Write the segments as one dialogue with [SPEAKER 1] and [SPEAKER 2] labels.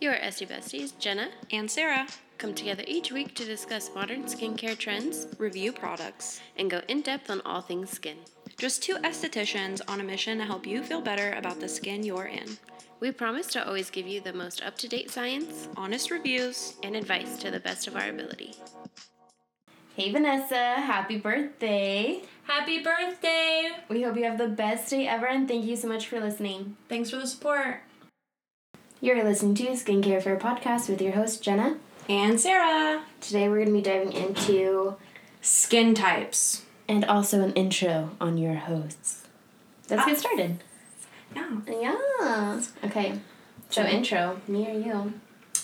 [SPEAKER 1] Your SD besties, Jenna,
[SPEAKER 2] and Sarah
[SPEAKER 1] come together each week to discuss modern skincare trends
[SPEAKER 2] review products.
[SPEAKER 1] and go in depth on all things skin.
[SPEAKER 2] Just two estheticians on a mission to help you feel better about the skin you're in.
[SPEAKER 1] We promise to always give you the most up to date science
[SPEAKER 2] Honest reviews.
[SPEAKER 1] and advice to the best of our ability. Hey Vanessa, happy birthday!
[SPEAKER 3] Happy birthday!
[SPEAKER 1] We hope you have the best day ever and thank you so much for listening.
[SPEAKER 3] Thanks for the support.
[SPEAKER 1] You're listening to Skincare Fair Podcast with your host Jenna.
[SPEAKER 2] And Sarah.
[SPEAKER 1] Today we're going to be diving into
[SPEAKER 2] Skin types.
[SPEAKER 1] and also an intro on your hosts. Let's get started.
[SPEAKER 2] Yeah.
[SPEAKER 1] Yeah. Okay. So intro, me or you?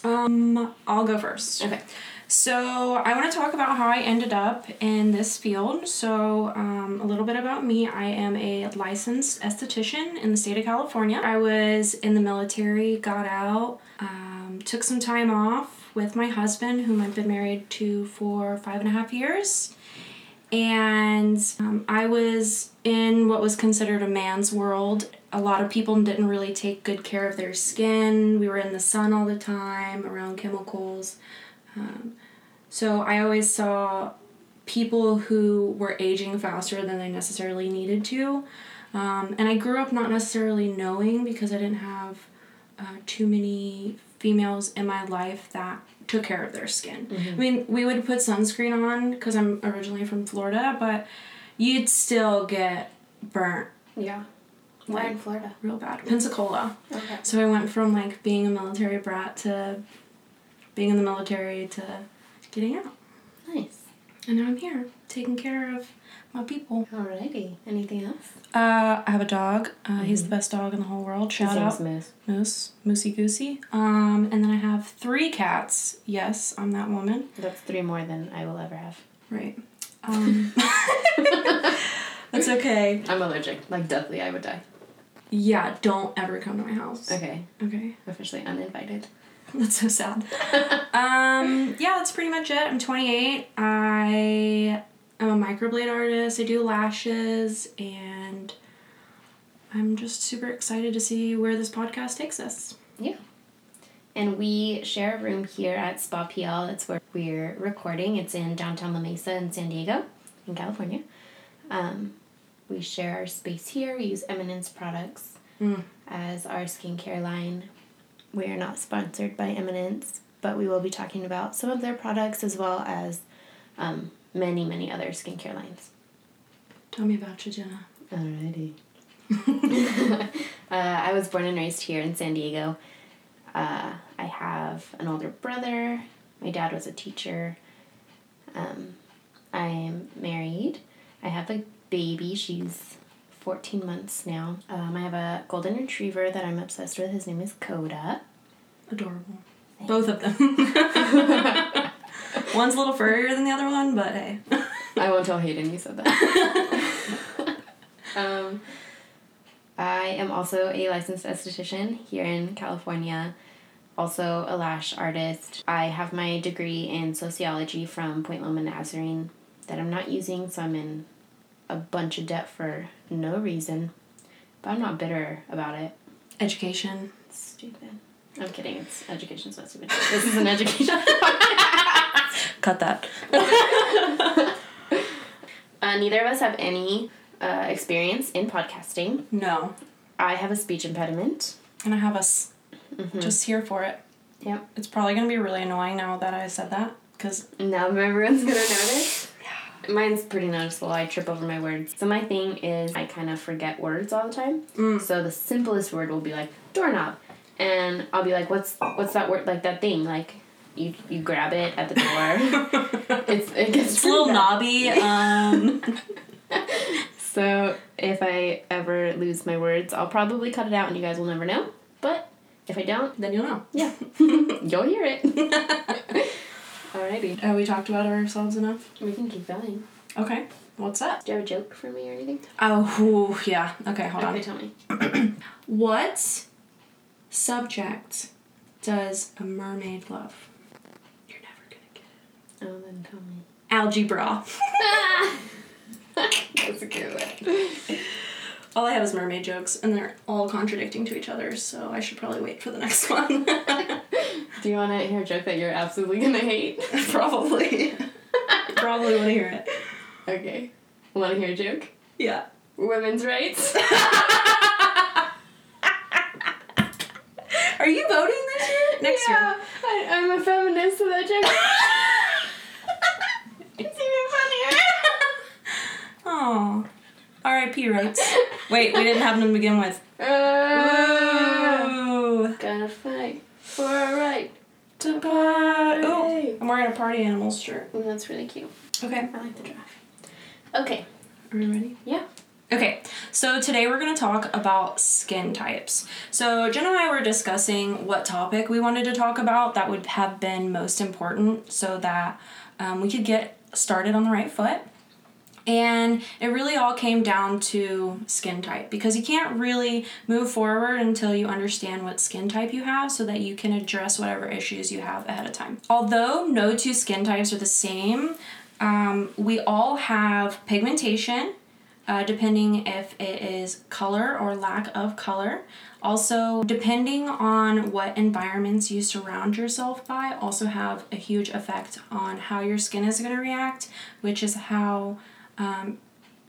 [SPEAKER 2] Um, I'll go first.
[SPEAKER 1] Okay.
[SPEAKER 2] So, I want to talk about how I ended up in this field. So, um, a little bit about me. I am a licensed esthetician in the state of California. I was in the military, got out, um, took some time off with my husband, whom I've been married to for five and a half years. And um, I was in what was considered a man's world. A lot of people didn't really take good care of their skin. We were in the sun all the time, around chemicals. So I always saw people who were aging faster than they necessarily needed to. Um, and I grew up not necessarily knowing because I didn't have uh, too many females in my life that took care of their skin. I mean, we would put sunscreen on because I'm originally from Florida, but you'd still get burnt
[SPEAKER 1] Yeah. We're in Florida.
[SPEAKER 2] real bad. Pensacola.
[SPEAKER 1] Okay.
[SPEAKER 2] So I went from like being a military brat to being in the military to getting out.
[SPEAKER 1] Nice.
[SPEAKER 2] And now I'm here, taking care of my people.
[SPEAKER 1] Alrighty. Anything else?
[SPEAKER 2] Uh, I have a dog. Uh, He's the best dog in the whole world. Shout out Moose, Moosey Goosey. Um, and then I have three cats. Yes, I'm that woman.
[SPEAKER 1] That's three more than I will ever have.
[SPEAKER 2] Right. Um, that's okay.
[SPEAKER 1] I'm allergic. Like Dudley, I would die.
[SPEAKER 2] Yeah, don't ever come to my house.
[SPEAKER 1] Okay.
[SPEAKER 2] Okay.
[SPEAKER 1] Officially uninvited.
[SPEAKER 2] That's so sad. um, yeah, that's pretty much it. I'm 28. I am a microblade artist. I do lashes, and I'm just super excited to see where this podcast takes us.
[SPEAKER 1] Yeah. And we share a room here at Spa PL. It's where we're recording. It's in downtown La Mesa in San Diego, in California. Um, we share our space here. We use Eminence products as our skincare line. We are not sponsored by Eminence, but we will be talking about some of their products as well as um, many, many other skincare lines.
[SPEAKER 2] Tell me about you, Jenna.
[SPEAKER 1] Alrighty. uh, I was born and raised here in San Diego. Uh, I have an older brother. My dad was a teacher. Um, I'm married. I have a baby. She's 14 months now. Um, I have a golden retriever that I'm obsessed with. His name is Coda.
[SPEAKER 2] Adorable. Both of them. One's a little furrier than the other one, but hey.
[SPEAKER 1] I won't tell Hayden you said that. um, I am also a licensed esthetician here in California, also a lash artist. I have my degree in sociology from Point Loma Nazarene that I'm not using, so I'm in a bunch of debt for no reason. But I'm not bitter about it.
[SPEAKER 2] Education.
[SPEAKER 1] It's stupid. I'm kidding. It's education's not stupid. This is an education.
[SPEAKER 2] Cut that.
[SPEAKER 1] Uh, neither of us have any uh, experience in podcasting.
[SPEAKER 2] No.
[SPEAKER 1] I have a speech impediment.
[SPEAKER 2] And I have us just here for it.
[SPEAKER 1] Yep.
[SPEAKER 2] It's probably going to be really annoying now that I said that because
[SPEAKER 1] Now everyone's gonna notice. Mine's pretty noticeable. I trip over my words. So my thing is I kind of forget words all the time. So the simplest word will be like doorknob, and I'll be like, "What's what's that word? Like that thing? Like you you grab it at the door. it's it gets
[SPEAKER 2] It's a little knobby. Um,
[SPEAKER 1] So if I ever lose my words, I'll probably cut it out, and you guys will never know. But if I don't,
[SPEAKER 2] then you'll know.
[SPEAKER 1] yeah, you'll hear it. Alrighty,
[SPEAKER 2] Have we talked about ourselves enough?
[SPEAKER 1] we can keep going.
[SPEAKER 2] Okay. What's that?
[SPEAKER 1] Do you have a joke for me or anything?
[SPEAKER 2] Oh, whew, yeah. Okay, hold on.
[SPEAKER 1] tell me.
[SPEAKER 2] What subject does a mermaid love? You're never gonna get it.
[SPEAKER 1] Oh, then tell me.
[SPEAKER 2] Algebra.
[SPEAKER 1] Ah! That's a good one.
[SPEAKER 2] all I have is mermaid jokes, and they're all contradicting to each other, so I should probably wait for the next one.
[SPEAKER 1] Do you want to hear a joke that you're absolutely gonna hate?
[SPEAKER 2] Probably. Probably want to hear it.
[SPEAKER 1] okay. Want to hear a joke?
[SPEAKER 2] Yeah.
[SPEAKER 1] Women's rights.
[SPEAKER 2] Are you voting this year? Next
[SPEAKER 1] yeah, I, I'm a feminist, so that joke. it's even funnier.
[SPEAKER 2] year? Oh. R.I.P. Roots. Wait, we didn't have them to begin with.
[SPEAKER 1] Uh,
[SPEAKER 2] Ooh.
[SPEAKER 1] gotta fight for a right to party.
[SPEAKER 2] Ooh. I'm wearing a party animals shirt.
[SPEAKER 1] Ooh, that's really cute.
[SPEAKER 2] Okay.
[SPEAKER 1] I like the draft. Okay.
[SPEAKER 2] Are you ready?
[SPEAKER 1] Yeah.
[SPEAKER 2] Okay, so today we're going to talk about skin types. So, Jen and I were discussing what topic we wanted to talk about that would have been most important so that um, we could get started on the right foot. And it really all came down to skin type because you can't really move forward until you understand what skin type you have so that you can address whatever issues you have ahead of time. Although no two skin types are the same, um, we all have pigmentation, uh, depending if it is color or lack of color. Also, depending on what environments you surround yourself by, also have a huge effect on how your skin is going to react, which is how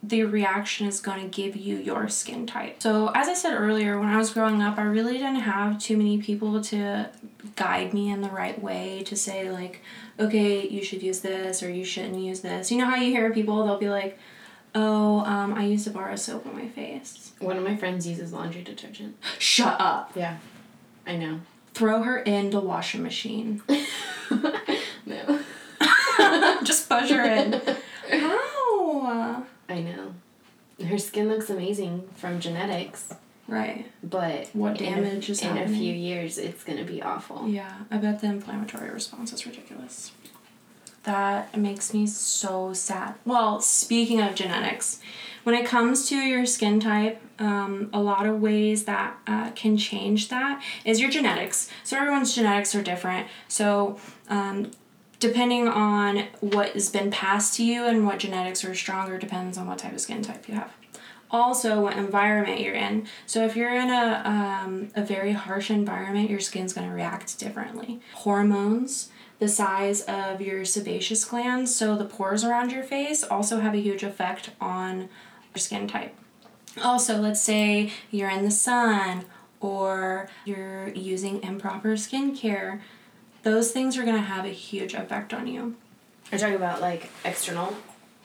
[SPEAKER 2] the reaction is going to give you your skin type. So, as I said earlier, when I was growing up, I really didn't have too many people to guide me in the right way to say, like, okay, you should use this or you shouldn't use this. You know how you hear people, they'll be like, oh, um, I used a bar of soap on my face.
[SPEAKER 1] One of my friends uses laundry detergent.
[SPEAKER 2] Shut up.
[SPEAKER 1] Yeah. I know.
[SPEAKER 2] Throw her in the washing machine.
[SPEAKER 1] no.
[SPEAKER 2] Just push her in. How?
[SPEAKER 1] I know. Her skin looks amazing from genetics,
[SPEAKER 2] Right.
[SPEAKER 1] but
[SPEAKER 2] What
[SPEAKER 1] in a-
[SPEAKER 2] damage is
[SPEAKER 1] in
[SPEAKER 2] happening?
[SPEAKER 1] a few years it's gonna be awful.
[SPEAKER 2] Yeah, I bet the inflammatory response is ridiculous. That makes me so sad. Well, speaking of genetics, when it comes to your skin type, um, a lot of ways that uh, can change that is your genetics. So, everyone's genetics are different. So, um, depending on what has been passed to you and what genetics are stronger, depends on what type of skin type you have also what environment you're in. So if you're in a um, a very harsh environment, your skin's gonna react differently. Hormones, the size of your sebaceous glands, so the pores around your face, also have a huge effect on your skin type. Also, let's say you're in the sun or you're using improper skincare. Those things are gonna have a huge effect on you,
[SPEAKER 1] We're talking about like external,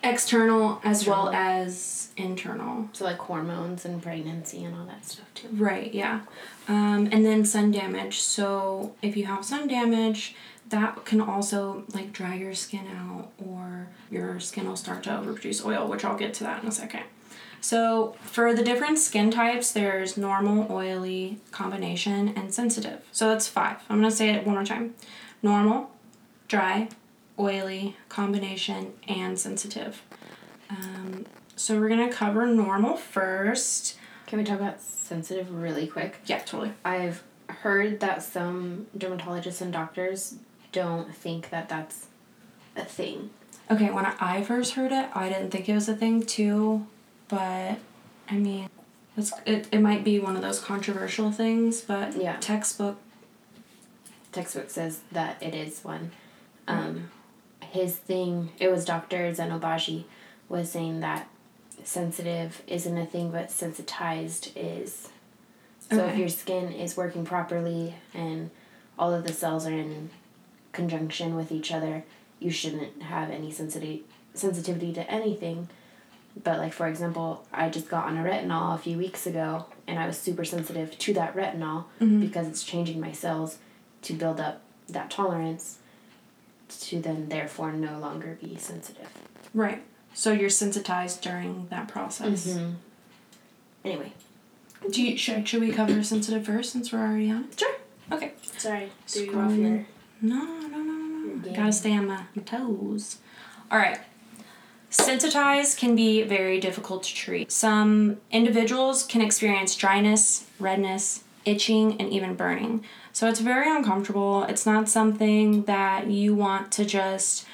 [SPEAKER 2] external as well as internal.
[SPEAKER 1] so like hormones and pregnancy and all that stuff too.
[SPEAKER 2] Right, yeah. Um, and then sun damage. So if you have sun damage, that can also like dry your skin out or your skin will start to overproduce oil, which I'll get to that in a second. So for the different skin types, there's normal, oily, combination, and sensitive. So that's five. I'm gonna say it one more time. Normal, dry, oily, combination, and sensitive. Um, so we're gonna cover normal first.
[SPEAKER 1] Can we talk about sensitive really quick?
[SPEAKER 2] Yeah, totally.
[SPEAKER 1] I've heard that some dermatologists and doctors don't think that that's a thing.
[SPEAKER 2] Okay, when I first heard it, I didn't think it was a thing too, but I mean, it's, it, it might be one of those controversial things, but
[SPEAKER 1] Yeah.
[SPEAKER 2] textbook.
[SPEAKER 1] Textbook says that it is one. Um, his thing, it was Dr. Zenobaji, was saying that sensitive isn't a thing, but sensitized is. So if
[SPEAKER 2] Okay.
[SPEAKER 1] your skin is working properly and all of the cells are in conjunction with each other, you shouldn't have any sensitivity sensitivity to anything. But like for example, I just got on a retinol a few weeks ago and I was super sensitive to that retinol because it's changing my cells to build up that tolerance to then therefore no longer be sensitive.
[SPEAKER 2] Right. So you're sensitized during that process.
[SPEAKER 1] Mm-hmm. Anyway.
[SPEAKER 2] Do you, should, should we cover sensitive first since we're already on it? Sure. Okay.
[SPEAKER 1] Sorry.
[SPEAKER 2] Scrolling. No, no, no, no, no.
[SPEAKER 1] Yeah.
[SPEAKER 2] Gotta stay on my toes. All right. Sensitized can be very difficult to treat. Some individuals can experience dryness, redness, itching, and even burning. So it's very uncomfortable. It's not something that you want to just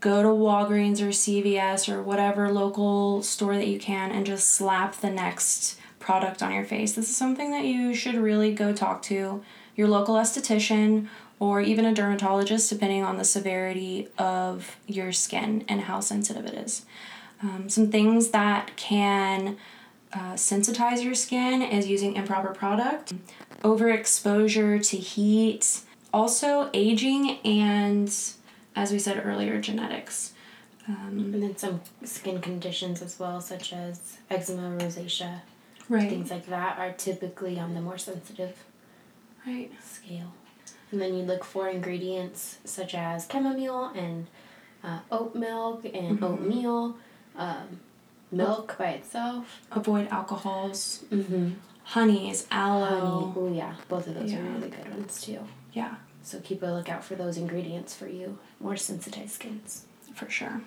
[SPEAKER 2] go to Walgreens or CVS or whatever local store that you can and just slap the next product on your face. This is something that you should really go talk to your local esthetician or even a dermatologist, depending on the severity of your skin and how sensitive it is. Um, some things that can uh, sensitize your skin is using improper product, overexposure to heat, also aging, and as we said earlier, genetics. Um,
[SPEAKER 1] And then some skin conditions as well, such as eczema, rosacea, things like that, are typically on the more sensitive
[SPEAKER 2] Right.
[SPEAKER 1] scale. And then you look for ingredients such as chamomile and uh, oat milk and oatmeal, um, milk by itself,
[SPEAKER 2] Avoid alcohols,
[SPEAKER 1] mm-hmm.
[SPEAKER 2] honeys,
[SPEAKER 1] honey.
[SPEAKER 2] aloe.
[SPEAKER 1] Oh yeah, both of those are
[SPEAKER 2] Yeah.
[SPEAKER 1] really good ones too.
[SPEAKER 2] Yeah,
[SPEAKER 1] So keep a lookout for those ingredients for you more sensitized skins.
[SPEAKER 2] for sure.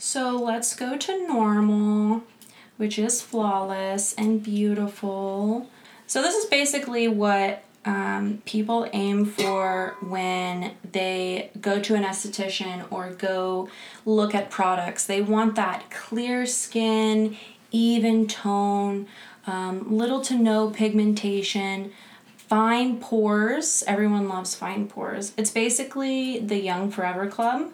[SPEAKER 2] So let's go to normal, which is flawless and beautiful. So this is basically what um, people aim for when they go to an esthetician or go look at products. They want that clear skin, even tone, um, little to no pigmentation, fine pores. Everyone loves fine pores. It's basically the Young Forever Club.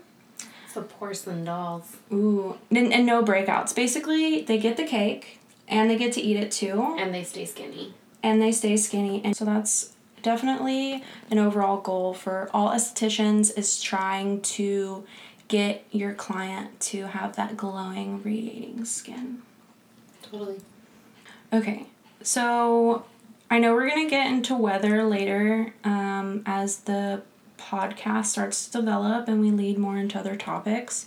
[SPEAKER 1] It's the porcelain dolls
[SPEAKER 2] Ooh, and, and no breakouts. Basically, they get the cake and they get to eat it too,
[SPEAKER 1] and they stay skinny.
[SPEAKER 2] and they stay skinny. And so that's definitely an overall goal for all estheticians is trying to get your client to have that glowing, radiating skin.
[SPEAKER 1] Totally.
[SPEAKER 2] Okay, so I know we're gonna get into weather later um, as the podcast starts to develop and we lead more into other topics.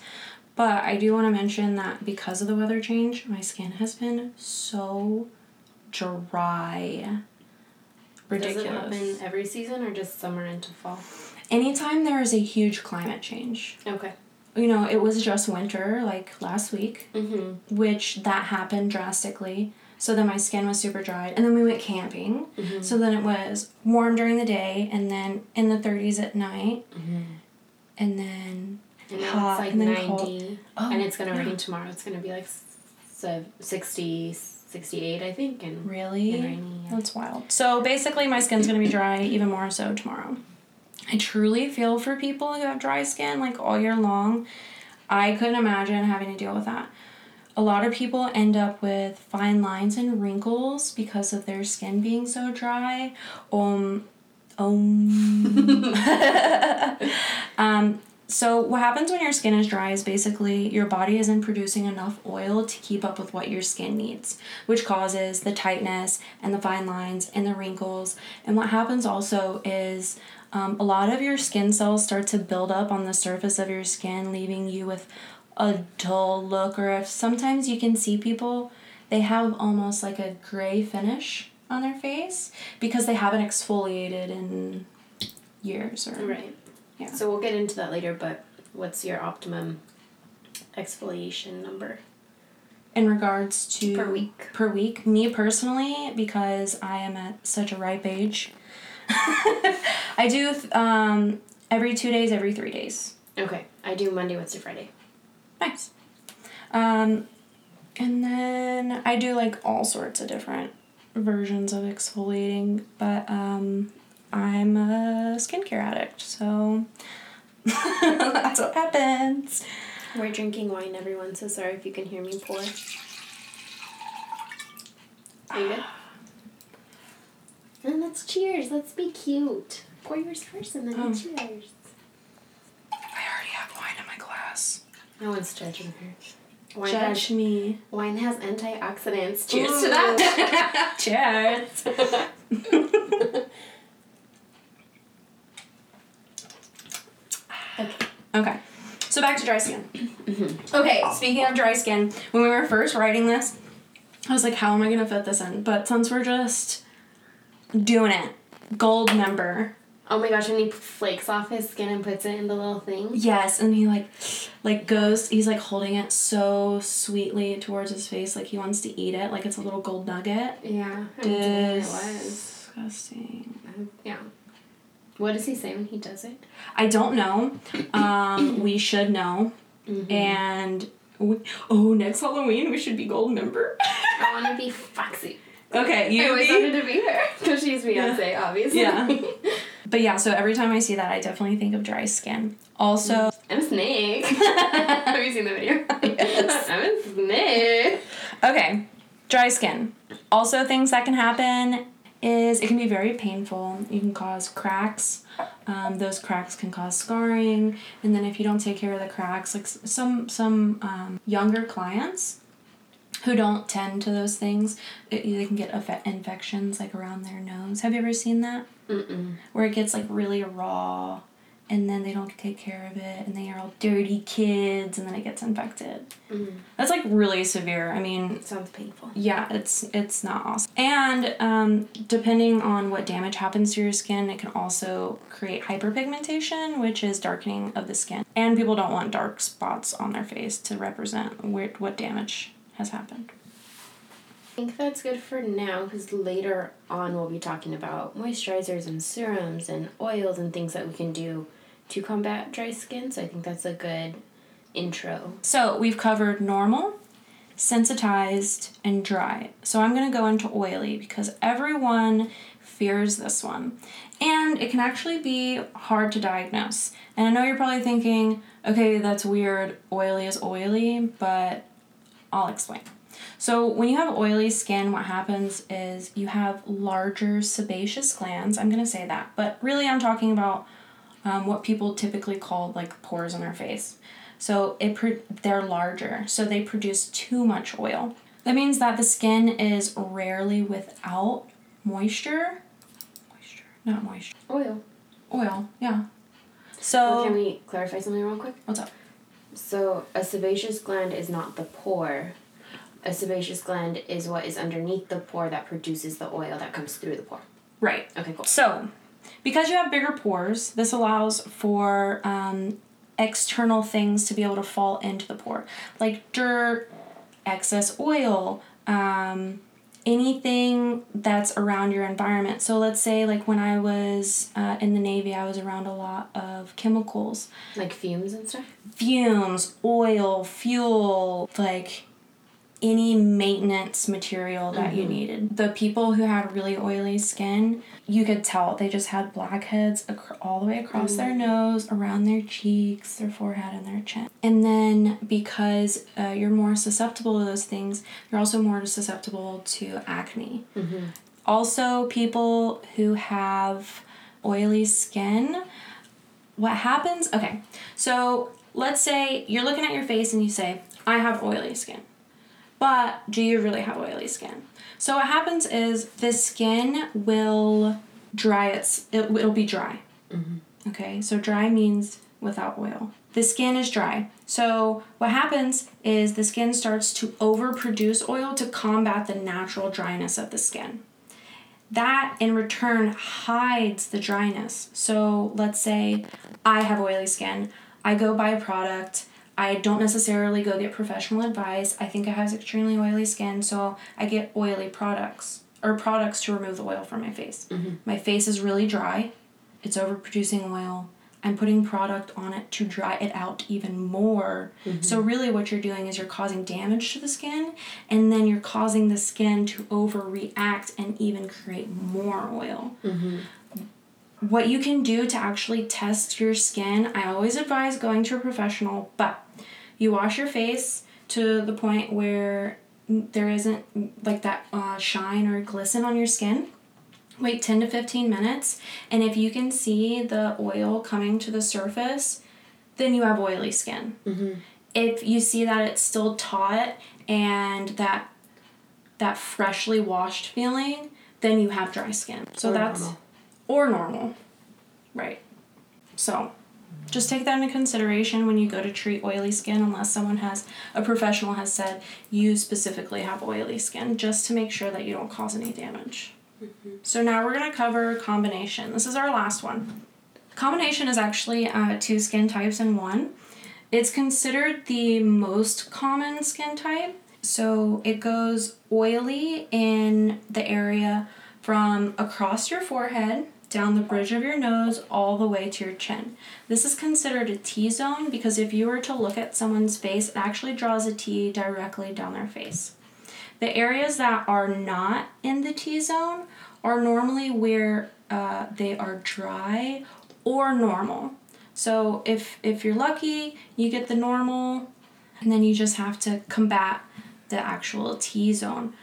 [SPEAKER 2] But I do want to mention that because of the weather change, my skin has been so dry. Ridiculous.
[SPEAKER 1] Does it happen every season or just summer into fall?
[SPEAKER 2] Anytime there is a huge climate change,
[SPEAKER 1] Okay.
[SPEAKER 2] you know, it was just winter like last week,
[SPEAKER 1] Mm-hmm.
[SPEAKER 2] which that happened drastically. So then my skin was super dry. And then we went camping.
[SPEAKER 1] Mm-hmm.
[SPEAKER 2] So then it was warm during the day and then in the 30s at night.
[SPEAKER 1] Mm-hmm.
[SPEAKER 2] And then
[SPEAKER 1] And now
[SPEAKER 2] hot
[SPEAKER 1] it's like
[SPEAKER 2] and then
[SPEAKER 1] 90.
[SPEAKER 2] cold. Oh,
[SPEAKER 1] and it's going to
[SPEAKER 2] yeah.
[SPEAKER 1] rain tomorrow. It's going to be like s- so 60, 68, I think. And
[SPEAKER 2] Really?
[SPEAKER 1] And rainy, yeah.
[SPEAKER 2] That's wild. So basically, my skin's gonna be dry even more so tomorrow. I truly feel for people who have dry skin like all year long. I couldn't imagine having to deal with that. A lot of people end up with fine lines and wrinkles because of their skin being so dry. Um, um. um, so what happens when your skin is dry is basically your body isn't producing enough oil to keep up with what your skin needs, which causes the tightness and the fine lines and the wrinkles. And what happens also is um, a lot of your skin cells start to build up on the surface of your skin, leaving you with a dull look. Or if sometimes you can see people, they have almost like a gray finish on their face because they haven't exfoliated in years or
[SPEAKER 1] right.
[SPEAKER 2] Oh. Yeah.
[SPEAKER 1] So we'll get into that later, but what's your optimum exfoliation number?
[SPEAKER 2] in regards to
[SPEAKER 1] Per week.
[SPEAKER 2] per week me personally because i am at such a ripe age i do um, every two days every three days
[SPEAKER 1] Okay. I do Monday, Wednesday, Friday.
[SPEAKER 2] nice um, and then i do like all sorts of different versions of exfoliating but um, i'm a skincare addict so that's what happens
[SPEAKER 1] We're drinking wine, everyone, so sorry if you can hear me pour. Are you good? And Ah, let's cheers. Let's be cute. Pour yours first and then you
[SPEAKER 2] Oh.
[SPEAKER 1] cheers.
[SPEAKER 2] i already have wine in my glass
[SPEAKER 1] No one's judging her. Wine,
[SPEAKER 2] judge
[SPEAKER 1] has,
[SPEAKER 2] me
[SPEAKER 1] wine has antioxidants. Cheers
[SPEAKER 2] Ooh.
[SPEAKER 1] to that.
[SPEAKER 2] cheers
[SPEAKER 1] okay.
[SPEAKER 2] Okay. So back to dry skin.
[SPEAKER 1] Mm-hmm.
[SPEAKER 2] Okay, speaking of dry skin, when we were first writing this, I was like, how am I going to fit this in? But since we're just doing it, gold member.
[SPEAKER 1] Oh my gosh, and he flakes off his skin and puts it in the little thing.
[SPEAKER 2] Yes, and he like like goes, he's like holding it so sweetly towards his face like he wants to eat it like it's a little gold nugget.
[SPEAKER 1] Yeah. I mean, it was. Uh,
[SPEAKER 2] Disgusting.
[SPEAKER 1] Yeah. What does he say when he does it?
[SPEAKER 2] I don't know. Um, we should know. And we, oh, next Halloween we should be gold member.
[SPEAKER 1] I want to be foxy.
[SPEAKER 2] okay, you
[SPEAKER 1] I always
[SPEAKER 2] be-
[SPEAKER 1] wanted to be her because she's Beyonce, obviously.
[SPEAKER 2] Yeah. But yeah, so every time I see that, I definitely think of dry skin. Also,
[SPEAKER 1] I'm a snake. Have you seen the video? I'm a snake.
[SPEAKER 2] okay, dry skin. Also, things that can happen is it can be very painful. You can cause cracks. Um, those cracks can cause scarring, and then if you don't take care of the cracks, like s- some some um, younger clients who don't tend to those things, it, they can get affe- infections like around their nose. Have you ever seen that?
[SPEAKER 1] Mm-mm.
[SPEAKER 2] where it gets like really raw and then they don't take care of it and they are all dirty kids and then it gets infected that's like really severe i mean
[SPEAKER 1] Sounds painful.
[SPEAKER 2] yeah it's it's not awesome and um, depending on what damage happens to your skin it can also create hyperpigmentation which is darkening of the skin and people don't want dark spots on their face to represent where, what damage has happened
[SPEAKER 1] I think that's good for now because later on we'll be talking about moisturizers and serums and oils and things that we can do to combat dry skin. So I think that's a good intro.
[SPEAKER 2] So we've covered normal, sensitized, and dry. So I'm going to go into oily because everyone fears this one. And it can actually be hard to diagnose. And I know you're probably thinking, okay, that's weird, oily is oily, but I'll explain. So, when you have oily skin, what happens is you have larger sebaceous glands. I'm going to say that, but really, I'm talking about um, what people typically call like pores on their face. So it pro- they're larger, so they produce too much oil. That means that the skin is rarely without moisture. Moisture, not moisture.
[SPEAKER 1] Oil.
[SPEAKER 2] Oil, yeah.
[SPEAKER 1] Well, can
[SPEAKER 2] So
[SPEAKER 1] we clarify something real quick?
[SPEAKER 2] what's up?
[SPEAKER 1] So a sebaceous gland is not the pore. A sebaceous gland is what is underneath the pore that produces the oil that comes through the pore.
[SPEAKER 2] Right.
[SPEAKER 1] Okay, cool.
[SPEAKER 2] So, because you have bigger pores, this allows for um, external things to be able to fall into the pore, like dirt, excess oil, um, anything that's around your environment. So, let's say, like when I was uh, in the Navy, I was around a lot of chemicals,
[SPEAKER 1] Like fumes and stuff.
[SPEAKER 2] fumes, oil, fuel, like any maintenance material that you needed. The people who had really oily skin, you could tell they just had blackheads acro- all the way across their nose, around their cheeks, their forehead, and their chin. And then because uh, you're more susceptible to those things, you're also more susceptible to acne. Also, people who have oily skin, what happens? Okay, so let's say you're looking at your face and you say, I have oily skin. But do you really have oily skin? So what happens is the skin will dry its it, it'll be dry. Okay, so dry means without oil. The skin is dry. So what happens is the skin starts to overproduce oil to combat the natural dryness of the skin. That in return hides the dryness. So let's say I have oily skin. I go buy a product. I don't necessarily go get professional advice. I think I have extremely oily skin, so I get oily products or products to remove the oil from my face. My face is really dry. It's overproducing oil. I'm putting product on it to dry it out even more. So, really, what you're doing is you're causing damage to the skin, and then you're causing the skin to overreact and even create more oil what you can do to actually test your skin, I always advise going to a professional, but you wash your face to the point where there isn't like that uh, shine or glisten on your skin. Wait 10 to 15 minutes, and if you can see the oil coming to the surface, then you have oily skin. If you see that it's still taut and that that freshly washed feeling, then you have dry skin. So
[SPEAKER 1] Or
[SPEAKER 2] that's
[SPEAKER 1] normal.
[SPEAKER 2] or normal. Right. So just take that into consideration when you go to treat oily skin unless someone has a professional has said you specifically have oily skin just to make sure that you don't cause any damage. So now we're going to cover combination. This is our last one. Combination is actually uh, two skin types in one. It's considered the most common skin type. So it goes oily in the area from across your forehead, down the bridge of your nose, all the way to your chin. This is considered a T zone because if you were to look at someone's face, it actually draws a T directly down their face. The areas that are not in the T zone are normally where uh, they are dry or normal. So if if you're lucky, you get the normal, and then you just have to combat the actual T zone.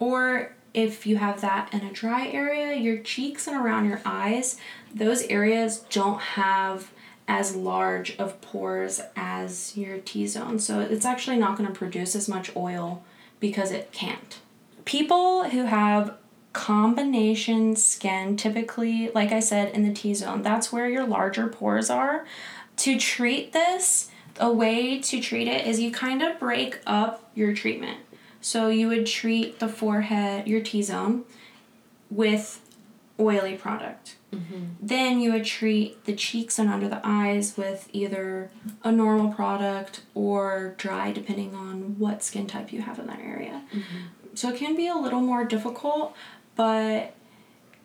[SPEAKER 2] Or if you have that in a dry area, your cheeks and around your eyes, those areas don't have as large of pores as your T zone. So it's actually not going to produce as much oil because it can't. People who have combination skin, typically, like I said, in the T zone, that's where your larger pores are. To treat this, a way to treat it is you kind of break up your treatment. So you would treat the forehead, your T zone, with oily product. Then you would treat the cheeks and under the eyes with either a normal product or dry, depending on what skin type you have in that area. So it can be a little more difficult, but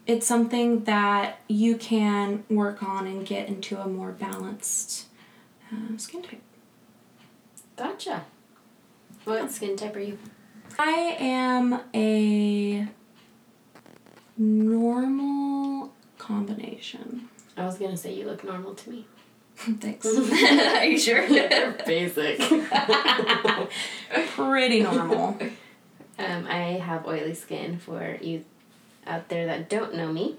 [SPEAKER 2] it's something that you can work on and get into a more balanced um, skin type.
[SPEAKER 1] Gotcha. What skin type are you?
[SPEAKER 2] I am a normal combination.
[SPEAKER 1] I was gonna say you look normal to me.
[SPEAKER 2] Thanks. Are you sure?
[SPEAKER 1] Basic.
[SPEAKER 2] Pretty normal.
[SPEAKER 1] Um, I have oily skin for you out there that don't know me.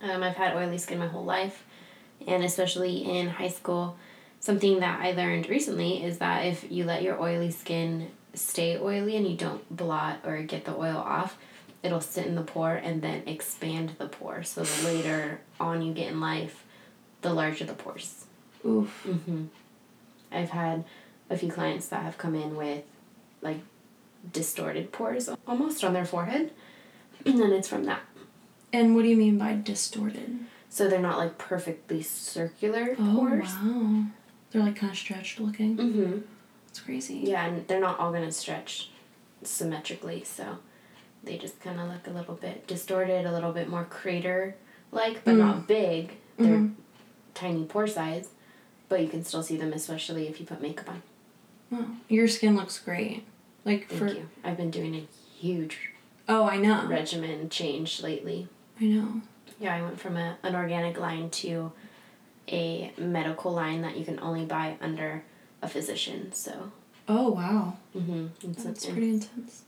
[SPEAKER 1] Um, I've had oily skin my whole life, and especially in high school, something that I learned recently is that if you let your oily skin stay oily and you don't blot or get the oil off, it'll sit in the pore and then expand the pore. So the later on you get in life, the larger the pores.
[SPEAKER 2] Oof.
[SPEAKER 1] Mm-hmm. I've had a few clients that have come in with like distorted pores almost on their forehead, and it's from that.
[SPEAKER 2] And what do you mean by distorted?
[SPEAKER 1] So they're not like perfectly circular
[SPEAKER 2] Oh
[SPEAKER 1] pores.
[SPEAKER 2] wow. They're like kind of stretched looking.
[SPEAKER 1] Mm-hmm.
[SPEAKER 2] It's crazy.
[SPEAKER 1] Yeah, and they're not all gonna stretch symmetrically, so they just kind of look a little bit distorted, a little bit more crater like, but
[SPEAKER 2] Mm.
[SPEAKER 1] not big.
[SPEAKER 2] Mm-hmm.
[SPEAKER 1] They're tiny pore size, but you can still see them, especially if you put makeup on.
[SPEAKER 2] Wow. Your skin looks great. Like
[SPEAKER 1] Thank
[SPEAKER 2] for
[SPEAKER 1] you. I've been doing a huge
[SPEAKER 2] Oh, I know.
[SPEAKER 1] regimen change lately.
[SPEAKER 2] I know.
[SPEAKER 1] Yeah, I went from a, an organic line to a medical line that you can only buy under a physician. So
[SPEAKER 2] Oh wow.
[SPEAKER 1] mm-hmm.
[SPEAKER 2] That's pretty intense.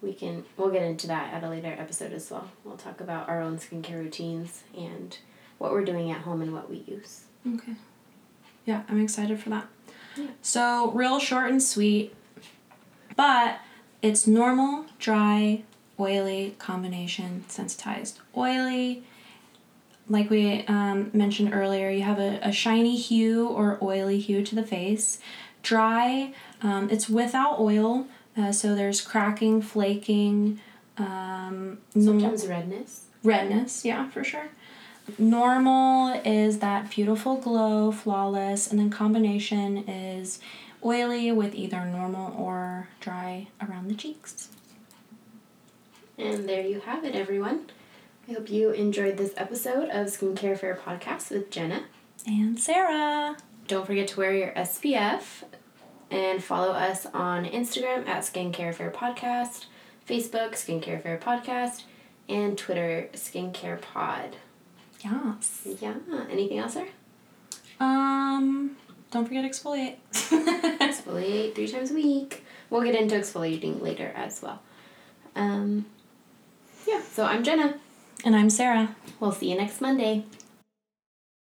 [SPEAKER 1] we can we'll get into that at a later episode as well. We'll talk about our own skincare routines and what we're doing at home and what we use.
[SPEAKER 2] Okay. Yeah, I'm excited for that.
[SPEAKER 1] Yeah.
[SPEAKER 2] So, real short and sweet, but it's normal, dry, oily combination, sensitized, oily. Like we um, mentioned earlier, you have a, a shiny hue or oily hue to the face. Dry, um, it's without oil, uh, so there's cracking, flaking, um, no-
[SPEAKER 1] Sometimes redness.
[SPEAKER 2] redness yeah for sure normal is that beautiful glow flawless and then combination is oily with either normal or dry around the cheeks
[SPEAKER 1] And there you have it, everyone. I hope you enjoyed this episode of Skincare Fair Podcast with Jenna.
[SPEAKER 2] and sarah
[SPEAKER 1] Don't forget to wear your SPF and follow us on Instagram at Skincare Fair Podcast, Facebook Skincare Fair Podcast, and Twitter Skincare Pod.
[SPEAKER 2] yes
[SPEAKER 1] Yeah. Anything else there?
[SPEAKER 2] um don't forget exfoliate
[SPEAKER 1] Exfoliate three times a week. We'll get into exfoliating later as well. Um, yeah. So I'm Jenna.
[SPEAKER 2] and i'm sarah
[SPEAKER 1] We'll see you next Monday.